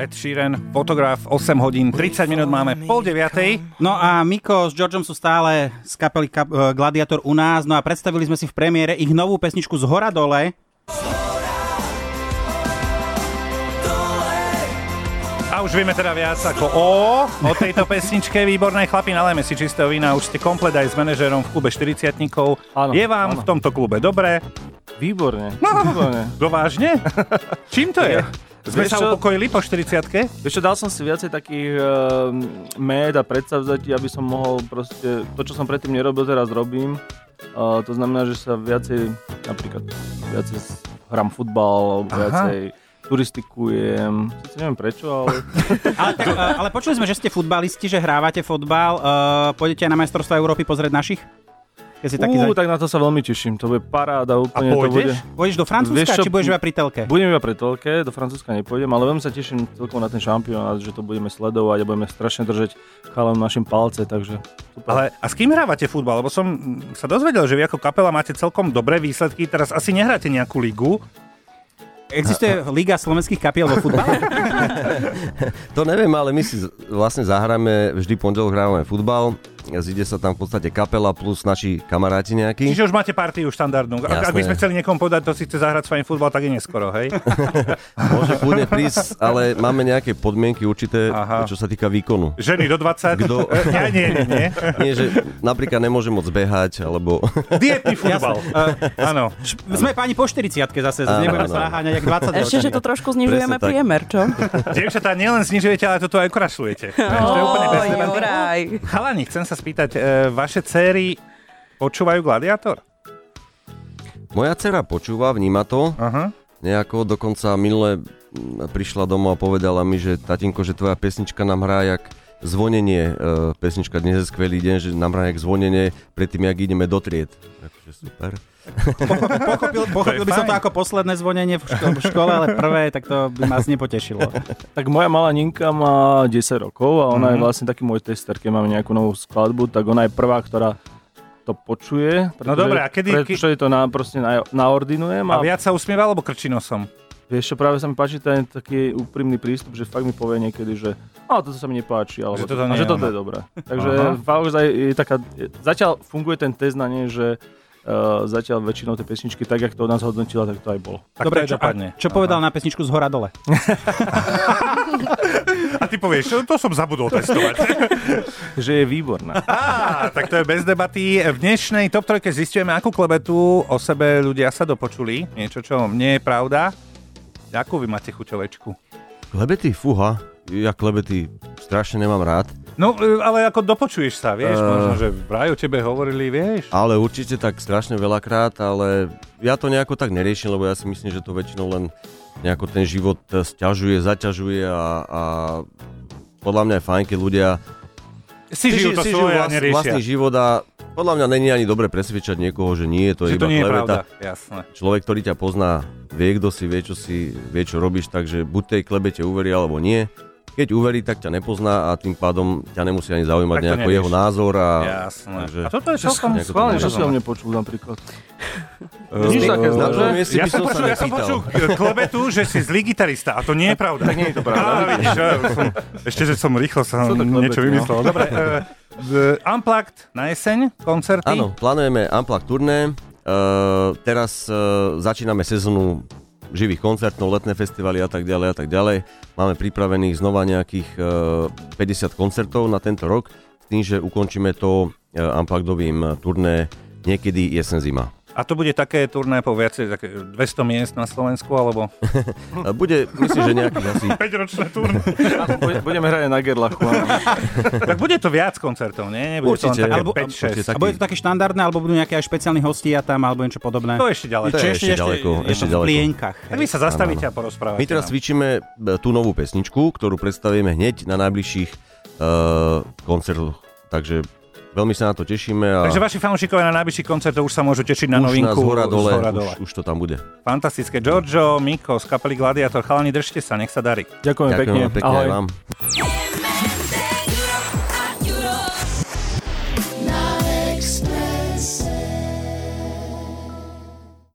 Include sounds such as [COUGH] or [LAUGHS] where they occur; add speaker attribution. Speaker 1: Ed Sheeran, fotograf, 8 hodín, 30 minút máme, pol deviatej.
Speaker 2: No a Miko s Georgeom sú stále z kapely Kap- eh, Gladiator u nás, no a predstavili sme si v premiére ich novú pesničku z hora dole.
Speaker 1: A už vieme teda viac ako o, o tejto pesničke. Výborné chlapi, nalejme si čistého vína. Už ste komplet aj s manažérom v klube 40
Speaker 3: Áno,
Speaker 1: Je vám
Speaker 3: áno.
Speaker 1: v tomto klube
Speaker 3: [LAUGHS]
Speaker 1: dobre?
Speaker 3: Výborne, výborne.
Speaker 1: No vážne? Čím to je? Sme sa
Speaker 3: Vieš čo?
Speaker 1: upokojili po 40
Speaker 3: Vieš čo, dal som si viacej takých uh, med a predsavzatí, aby som mohol proste, to čo som predtým nerobil, teraz robím. Uh, to znamená, že sa viacej, napríklad viacej s- hram futbal, alebo
Speaker 1: Aha.
Speaker 3: viacej turistikujem. Sice neviem prečo,
Speaker 1: [LAUGHS]
Speaker 3: ale
Speaker 2: Ale, tak, eh, ale počuli sme, že ste futbalisti, že hrávate fotbal, uh, pôjdete aj na majstrovstvá Európy pozrieť našich? Keď si taký uh,
Speaker 3: Ú, tak na to sa veľmi teším, to bude paráda úplne. to bude...
Speaker 1: pôjdeš?
Speaker 2: Pôjdeš do Francúzska,
Speaker 3: Vieš čo,
Speaker 2: či budeš iba pri telke?
Speaker 3: Budem iba pri telke, do Francúzska nepôjdem, ale veľmi sa teším celkom na ten šampionát, že to budeme sledovať a budeme strašne držať chalom našim palce, takže super.
Speaker 1: Ale a s kým hrávate futbal? Lebo som mm, sa dozvedel, že vy ako kapela máte celkom dobré výsledky. Teraz asi nehráte nejakú ligu.
Speaker 2: Existuje Liga slovenských kapiel vo futbale?
Speaker 4: To neviem, ale my si z- vlastne zahráme, vždy pondelok hrávame futbal, zíde sa tam v podstate kapela plus naši kamaráti nejakí.
Speaker 1: Čiže už máte partiu štandardnú. Ak, ak by
Speaker 4: Jasné.
Speaker 1: sme chceli niekomu povedať, to si chce zahrať s vami futbal, tak je neskoro, hej?
Speaker 4: Môže kľudne prísť, ale máme nejaké podmienky určité,
Speaker 1: Aha.
Speaker 4: čo sa týka výkonu.
Speaker 1: Ženy do 20.
Speaker 4: Kto-
Speaker 1: [LAUGHS] Ja nie, nie, nie.
Speaker 4: Nie, že napríklad nemôže moc behať, alebo...
Speaker 1: Dietný futbal.
Speaker 2: Eh,
Speaker 1: Áno.
Speaker 2: sme pani po 40 zase, zase
Speaker 4: Áno,
Speaker 2: nebudeme
Speaker 4: áno.
Speaker 2: sa naháňať jak 20
Speaker 5: Ešte, že to trošku
Speaker 4: Presne
Speaker 5: znižujeme
Speaker 4: tak.
Speaker 5: priemer, čo?
Speaker 1: Dievčatá nielen znižujete, ale toto aj
Speaker 5: [LAUGHS]
Speaker 1: ukrašľujete. To je úplne
Speaker 5: Oj,
Speaker 1: bez [LAUGHS] neba.
Speaker 5: Juraj.
Speaker 1: Chalani, chcem sa spýtať, e, vaše céry počúvajú Gladiátor?
Speaker 4: Moja dcera počúva, vníma to,
Speaker 1: Aha.
Speaker 4: nejako dokonca minule mm, prišla domov a povedala mi, že tatinko, že tvoja pesnička nám hrá jak zvonenie, e, pesnička Dnes je skvelý deň, že nám hrá jak zvonenie predtým, jak ideme do tried. Takže super.
Speaker 2: Pochopil, pochopil by som to
Speaker 1: fajn.
Speaker 2: ako posledné zvonenie v ško- v škole, ale prvé, tak to by nás nepotešilo.
Speaker 3: Tak moja malá Ninka má 10 rokov a
Speaker 1: Mhm.
Speaker 3: ona mm-hmm. je vlastne taký môj tester, keď mám nejakú novú skladbu, tak ona je prvá, ktorá to počuje.
Speaker 1: No dobre, a kedy-
Speaker 3: Pretože jej to na, proste na, naordinujem a,
Speaker 1: A viac sa usmieva, alebo krčí nosom?
Speaker 3: vieš čo, práve sa mi páči ten taký úprimný prístup, že fakt mi povie niekedy, že a toto sa mi nepáči, alebo
Speaker 1: Že toto
Speaker 3: a
Speaker 1: nie
Speaker 3: že
Speaker 1: je
Speaker 3: toto
Speaker 1: ono.
Speaker 3: je dobré. Takže
Speaker 1: Aha.
Speaker 3: naozaj je taká, je- zatiaľ funguje ten test na nej, že uh, zatiaľ väčšinou tie pesničky, tak jak to od nás hodnotila, tak to aj bolo.
Speaker 1: Tak to aj
Speaker 2: čo, a
Speaker 1: dopadne.
Speaker 2: čo povedal na pesničku z hora dole?
Speaker 1: A ty povieš, "To- to som zabudol
Speaker 2: [LAUGHS]
Speaker 1: testovať.
Speaker 3: Že je
Speaker 1: [LAUGHS]
Speaker 3: výborná.
Speaker 1: Á, tak to je bez debaty. V dnešnej TOP 3 zistujeme, akú klebetu o sebe ľudia sa dopočuli. Niečo, čo nie je pravda. Akú vy máte chuťovečku?
Speaker 4: Klebety, fuha. Ja klebety strašne nemám rád,
Speaker 1: No, e, ale ako dopočuješ sa, vieš,
Speaker 4: Eh.
Speaker 1: možno, že vraj o tebe hovorili, vieš.
Speaker 4: ale určite tak strašne veľakrát, ale ja to nejako tak neriešim, lebo ja si myslím, že to väčšinou len nejako ten život e, sťažuje, zaťažuje a, a podľa mňa je fajn, keď ľudia
Speaker 1: Si
Speaker 4: Ty
Speaker 1: žijú to svoje a
Speaker 4: vlast-
Speaker 1: neriešia.
Speaker 4: vlastný život a podľa mňa není ani dobre presvedčať niekoho, že nie, to je
Speaker 1: Že to
Speaker 4: iba
Speaker 1: nie je pravda,
Speaker 4: kleveta.
Speaker 1: jasné.
Speaker 4: Človek, ktorý ťa pozná, vie, kto si, vie, čo si, vie, čo robíš, takže buď tej klebete uverí, alebo nie. Keď uverí, tak ťa nepozná a tým pádom ťa nemusí ani zaujímať
Speaker 1: Tak to
Speaker 4: nejako
Speaker 1: nevieš.
Speaker 4: jeho názor. A,
Speaker 1: Jasné.
Speaker 4: Takže,
Speaker 1: A toto je celkom
Speaker 4: nejako to
Speaker 3: Schválne, čo
Speaker 1: nerozumiem.
Speaker 3: si o mne počul napríklad.
Speaker 4: Eh,
Speaker 3: nič také zlé,
Speaker 4: na
Speaker 3: že?
Speaker 4: tvojom mieste
Speaker 1: Ja
Speaker 4: by
Speaker 1: som,
Speaker 4: som
Speaker 1: počul,
Speaker 4: sa
Speaker 1: ja som
Speaker 4: nepýtal. [LAUGHS]
Speaker 1: počul k- klebetu, že si zlý gitarista a to nie je pravda. Tak nie je to [LAUGHS] pravda. Á, vidíš, ja som, ešte, že som rýchlo sa
Speaker 3: Sú to klebety,
Speaker 1: niečo
Speaker 3: no.
Speaker 1: vymyslel.
Speaker 4: [LAUGHS]
Speaker 1: Dobre, uh, Unplugged na jeseň, koncerty.
Speaker 4: Áno, plánujeme Amplak turné. Uh, teraz uh, začíname sezónu živých koncertov, letné festivaly a tak ďalej a tak ďalej. Máme pripravených znova nejakých uh, 50 koncertov na tento rok, s tým, že ukončíme to uh, Amplakdovým turné niekedy jesen-zima.
Speaker 1: A to bude také turné po viacej, také 200 miest na Slovensku, alebo
Speaker 4: Uh, bude, myslím, že nejakých asi...
Speaker 1: 5-ročné turné.
Speaker 3: Budeme hrať aj na Gerlachu. áno.
Speaker 1: [LAUGHS] tak bude to viac koncertov, nie? Nebude to
Speaker 4: Určite.
Speaker 1: len
Speaker 4: Alebo-
Speaker 1: také 5-6.
Speaker 4: určite
Speaker 2: A bude to také štandardné, alebo budú nejaké aj špeciálni hostia tam, alebo niečo podobné?
Speaker 1: To je ešte ďalej.
Speaker 4: To je ešte ďaleko,
Speaker 2: je
Speaker 4: ešte
Speaker 2: to
Speaker 4: ďaleko.
Speaker 2: v plienkach.
Speaker 1: Tak vy sa zastavíte a porozprávate. no.
Speaker 4: My teraz
Speaker 1: nám.
Speaker 4: cvičíme e, tú novú pesničku, ktorú predstavíme hneď na najbližších uh, koncertoch. Takže veľmi sa na to tešíme. A...
Speaker 1: Takže vaši fanúšikovia na najbližší koncert už sa môžu tešiť na
Speaker 4: už
Speaker 1: novinku.
Speaker 4: nás hora dole,
Speaker 1: z hora dole.
Speaker 4: Už, už to tam bude.
Speaker 1: Fantastické. Giorgio, Miko z kapely Gladiator. Chalani, držte sa, nech sa darí.
Speaker 3: Ďakujem
Speaker 4: Ďakujem
Speaker 3: pekne.
Speaker 4: vám pekne aj vám.